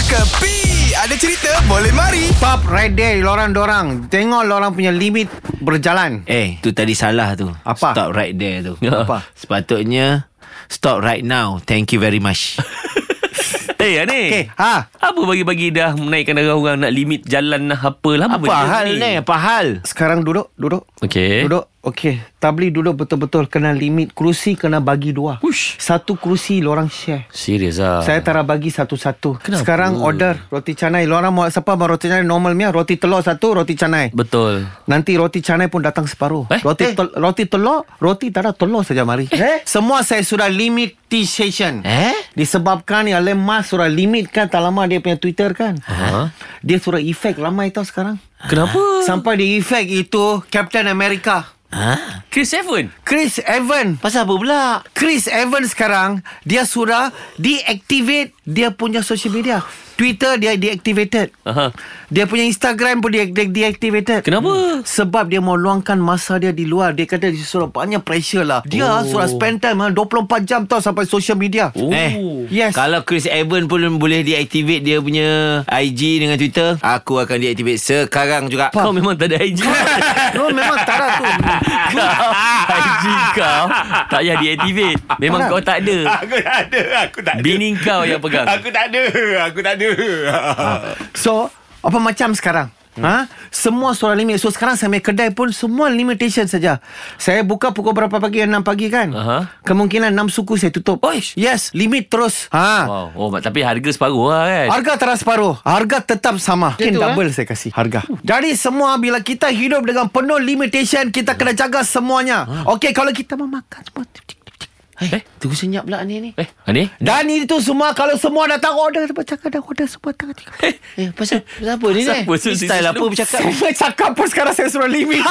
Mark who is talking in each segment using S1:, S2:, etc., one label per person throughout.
S1: Kepi Ada cerita boleh mari
S2: Stop right there lorang dorang. Tengok lorang punya limit berjalan.
S3: Eh, Ya. tu tadi salah tu.
S2: Apa?
S3: Stop right there tu.
S2: Apa?
S3: Sepatutnya stop right now. Thank you very much.
S4: Eh hey, ni
S2: Eh, ha.
S4: Apa bagi-bagi dah Menaikkan darah orang Nak limit jalan lah Apalah Apa,
S3: Apa hal ni? Apa hal?
S2: Sekarang duduk, duduk.
S3: Eh?
S4: Okay
S2: Duduk. Okey. Tabli duduk betul-betul kena limit. Kerusi kena bagi dua.
S4: Ush.
S2: Satu kerusi lorang share.
S4: Serius
S3: Ah.
S4: lah
S2: Saya tara bagi satu-satu. Sekarang order roti canai. Lorang mau siapa mau roti canai normal mia, roti telur satu, roti canai.
S4: Betul
S2: Nanti roti canai pun datang separuh.
S4: Eh?
S2: Roti tel- roti telur, roti tara telur saja mari. Eh? Semua saya sudah limitation.
S3: Eh?
S2: Disebabkan oleh Mas sudah limitkan tak lama dia punya Twitter kan.
S4: Ha?
S2: Dia sudah efek lama itu sekarang.
S4: Kenapa?
S2: Sampai di efek itu Captain America.
S3: Ha?
S4: Chris Evans
S2: Chris Evans.
S3: Pasal apa pula?
S2: Chris Evans sekarang dia sudah deactivate dia punya social media. Twitter dia deactivated.
S4: Aha.
S2: Dia punya Instagram pun dia, dia deactivated. Hmm.
S4: Kenapa?
S2: Sebab dia mau luangkan masa dia di luar. Dia kata dia suruh banyak pressure lah. Dia oh. suruh spend time ah, 24 jam tau sampai social media.
S4: Oh.
S3: Eh,
S2: Yes.
S3: Kalau Chris Evans pun boleh deactivate dia punya IG dengan Twitter, aku akan deactivate sekarang juga.
S4: Kau memang tak ada IG
S2: No memang tara tu.
S4: IG kau Tak payah deactivate Memang kau tak ada
S1: Aku tak ada Aku tak ada
S4: Bini kau yang pegang
S1: Aku tak ada Aku tak ada
S2: So apa macam sekarang? Hmm. Ha? Semua suara limit So sekarang saya punya kedai pun Semua limitation saja Saya buka pukul berapa pagi 6 pagi kan
S4: Aha.
S2: Kemungkinan 6 suku saya tutup
S4: Oish.
S2: Yes Limit terus ha.
S4: Wow. Oh, mak- tapi harga separuh lah kan
S2: Harga tak separuh Harga tetap sama Mungkin double saya kasih Harga
S4: Hmm.
S2: Jadi semua Bila kita hidup dengan penuh limitation Kita kena
S4: Hmm.
S2: jaga semuanya Okey kalau kita mau makan semua
S4: Eh,
S3: Tunggu senyap pula ni ni.
S4: eh, Ani?
S2: Dan itu semua Kalau semua datang order Bercakap dah order Semua tengah tiga
S3: Eh, pasal, pasal apa ni
S4: Pasal
S3: ni?
S4: apa? Su-
S3: Ni
S4: su-
S3: Style
S4: su-
S3: apa bercakap?
S2: Semua cakap pun Sekarang saya suruh limit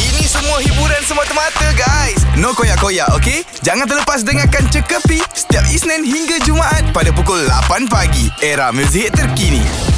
S1: Ini semua hiburan semata-mata guys No koyak-koyak ok Jangan terlepas dengarkan Cekapi Setiap Isnin hingga Jumaat Pada pukul 8 pagi Era muzik terkini